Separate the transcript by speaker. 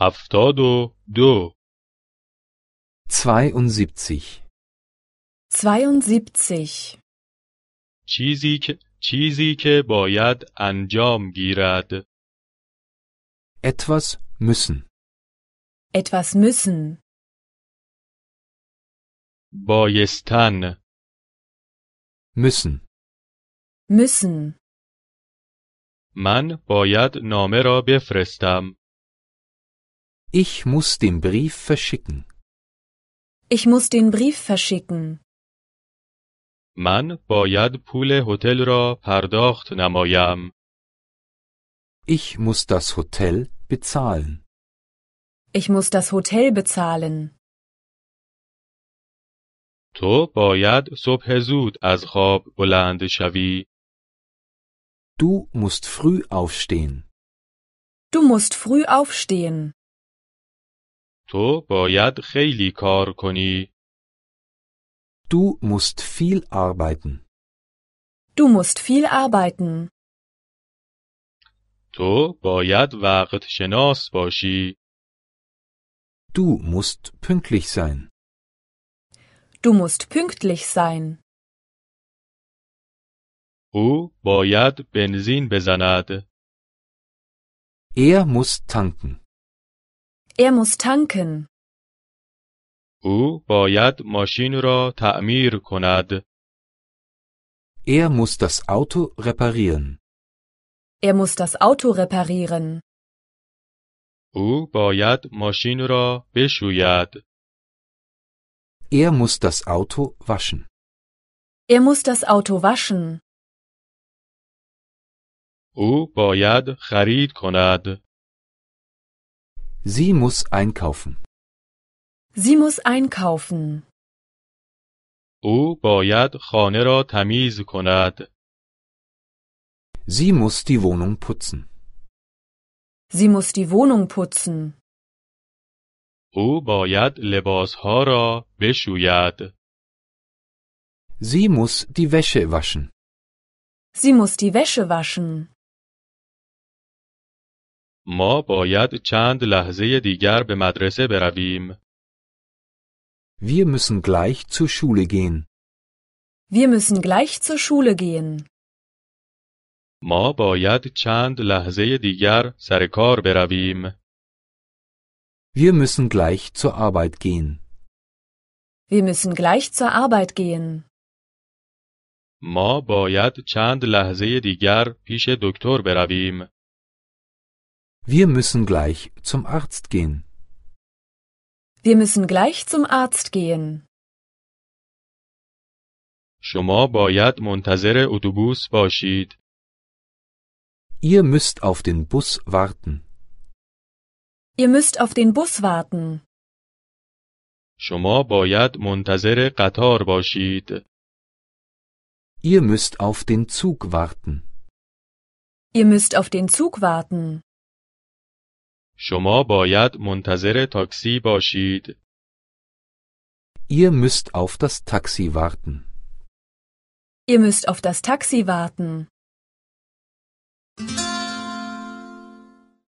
Speaker 1: هفتاد و دو
Speaker 2: 72.
Speaker 3: 72.
Speaker 1: چیزی که چیزی که باید انجام گیرد
Speaker 2: Etwas müssen.
Speaker 3: Etwas müssen.
Speaker 1: بایستن
Speaker 2: Müssen.
Speaker 3: Müssen.
Speaker 1: من باید نامه را بفرستم
Speaker 2: Ich muss den Brief verschicken.
Speaker 3: Ich muss den Brief verschicken.
Speaker 1: من باید پول هتل را پرداخت نمایم
Speaker 2: Ich muss das Hotel bezahlen.
Speaker 3: Ich muss das Hotel bezahlen.
Speaker 1: تو باید صبح زود از خواب بلند شوی
Speaker 2: Du musst früh aufstehen.
Speaker 3: Du musst früh aufstehen.
Speaker 1: تو باید خیلی کار کنی
Speaker 2: Du musst viel arbeiten.
Speaker 3: Du musst viel arbeiten.
Speaker 1: تو باید وقت شناس باشی
Speaker 2: Du musst pünktlich sein.
Speaker 3: Du musst pünktlich sein.
Speaker 1: او باید بنزین بزند
Speaker 2: Er muss tanken.
Speaker 3: Er muss tanken.
Speaker 1: او باید ماشین را تعمیر کند
Speaker 2: Er muss das Auto reparieren.
Speaker 3: Er muss das Auto reparieren.
Speaker 1: او باید ماشین را بشوید
Speaker 2: Er muss das Auto waschen.
Speaker 3: Er muss das Auto waschen.
Speaker 1: او باید خرید کند
Speaker 2: Sie muss einkaufen.
Speaker 3: Sie muss einkaufen.
Speaker 1: او باید خانه را تمیز کند
Speaker 2: Sie muss die Wohnung putzen.
Speaker 3: Sie muss die Wohnung putzen.
Speaker 1: او باید لباسها را بشوید
Speaker 2: Sie muss die Wäsche waschen.
Speaker 3: Sie muss die Wäsche waschen.
Speaker 1: ما باید چند لحظه دیگر به مدرسه برویم
Speaker 2: Wir müssen gleich zur Schule gehen.
Speaker 3: Wir müssen gleich zur Schule gehen.
Speaker 1: ما باید چند لحظه دیگر سر کار برویم
Speaker 2: Wir müssen gleich zur Arbeit gehen.
Speaker 3: Wir müssen gleich zur Arbeit gehen.
Speaker 1: ما باید چند لحظه دیگر پیش دکتر برویم
Speaker 2: Wir müssen gleich zum Arzt gehen.
Speaker 3: Wir müssen gleich zum Arzt gehen.
Speaker 1: شما باید منتظر اتوبوس باشید
Speaker 2: Ihr müsst auf den Bus warten.
Speaker 3: Ihr müsst auf den Bus warten.
Speaker 1: شما باید منتظر قطار باشید
Speaker 2: Ihr müsst auf den Zug warten.
Speaker 3: Ihr müsst auf den Zug warten.
Speaker 1: شما باید منتظر تاکسی باشید
Speaker 2: Ihr müsst auf das Taxi warten.
Speaker 3: Ihr müsst auf das Taxi warten.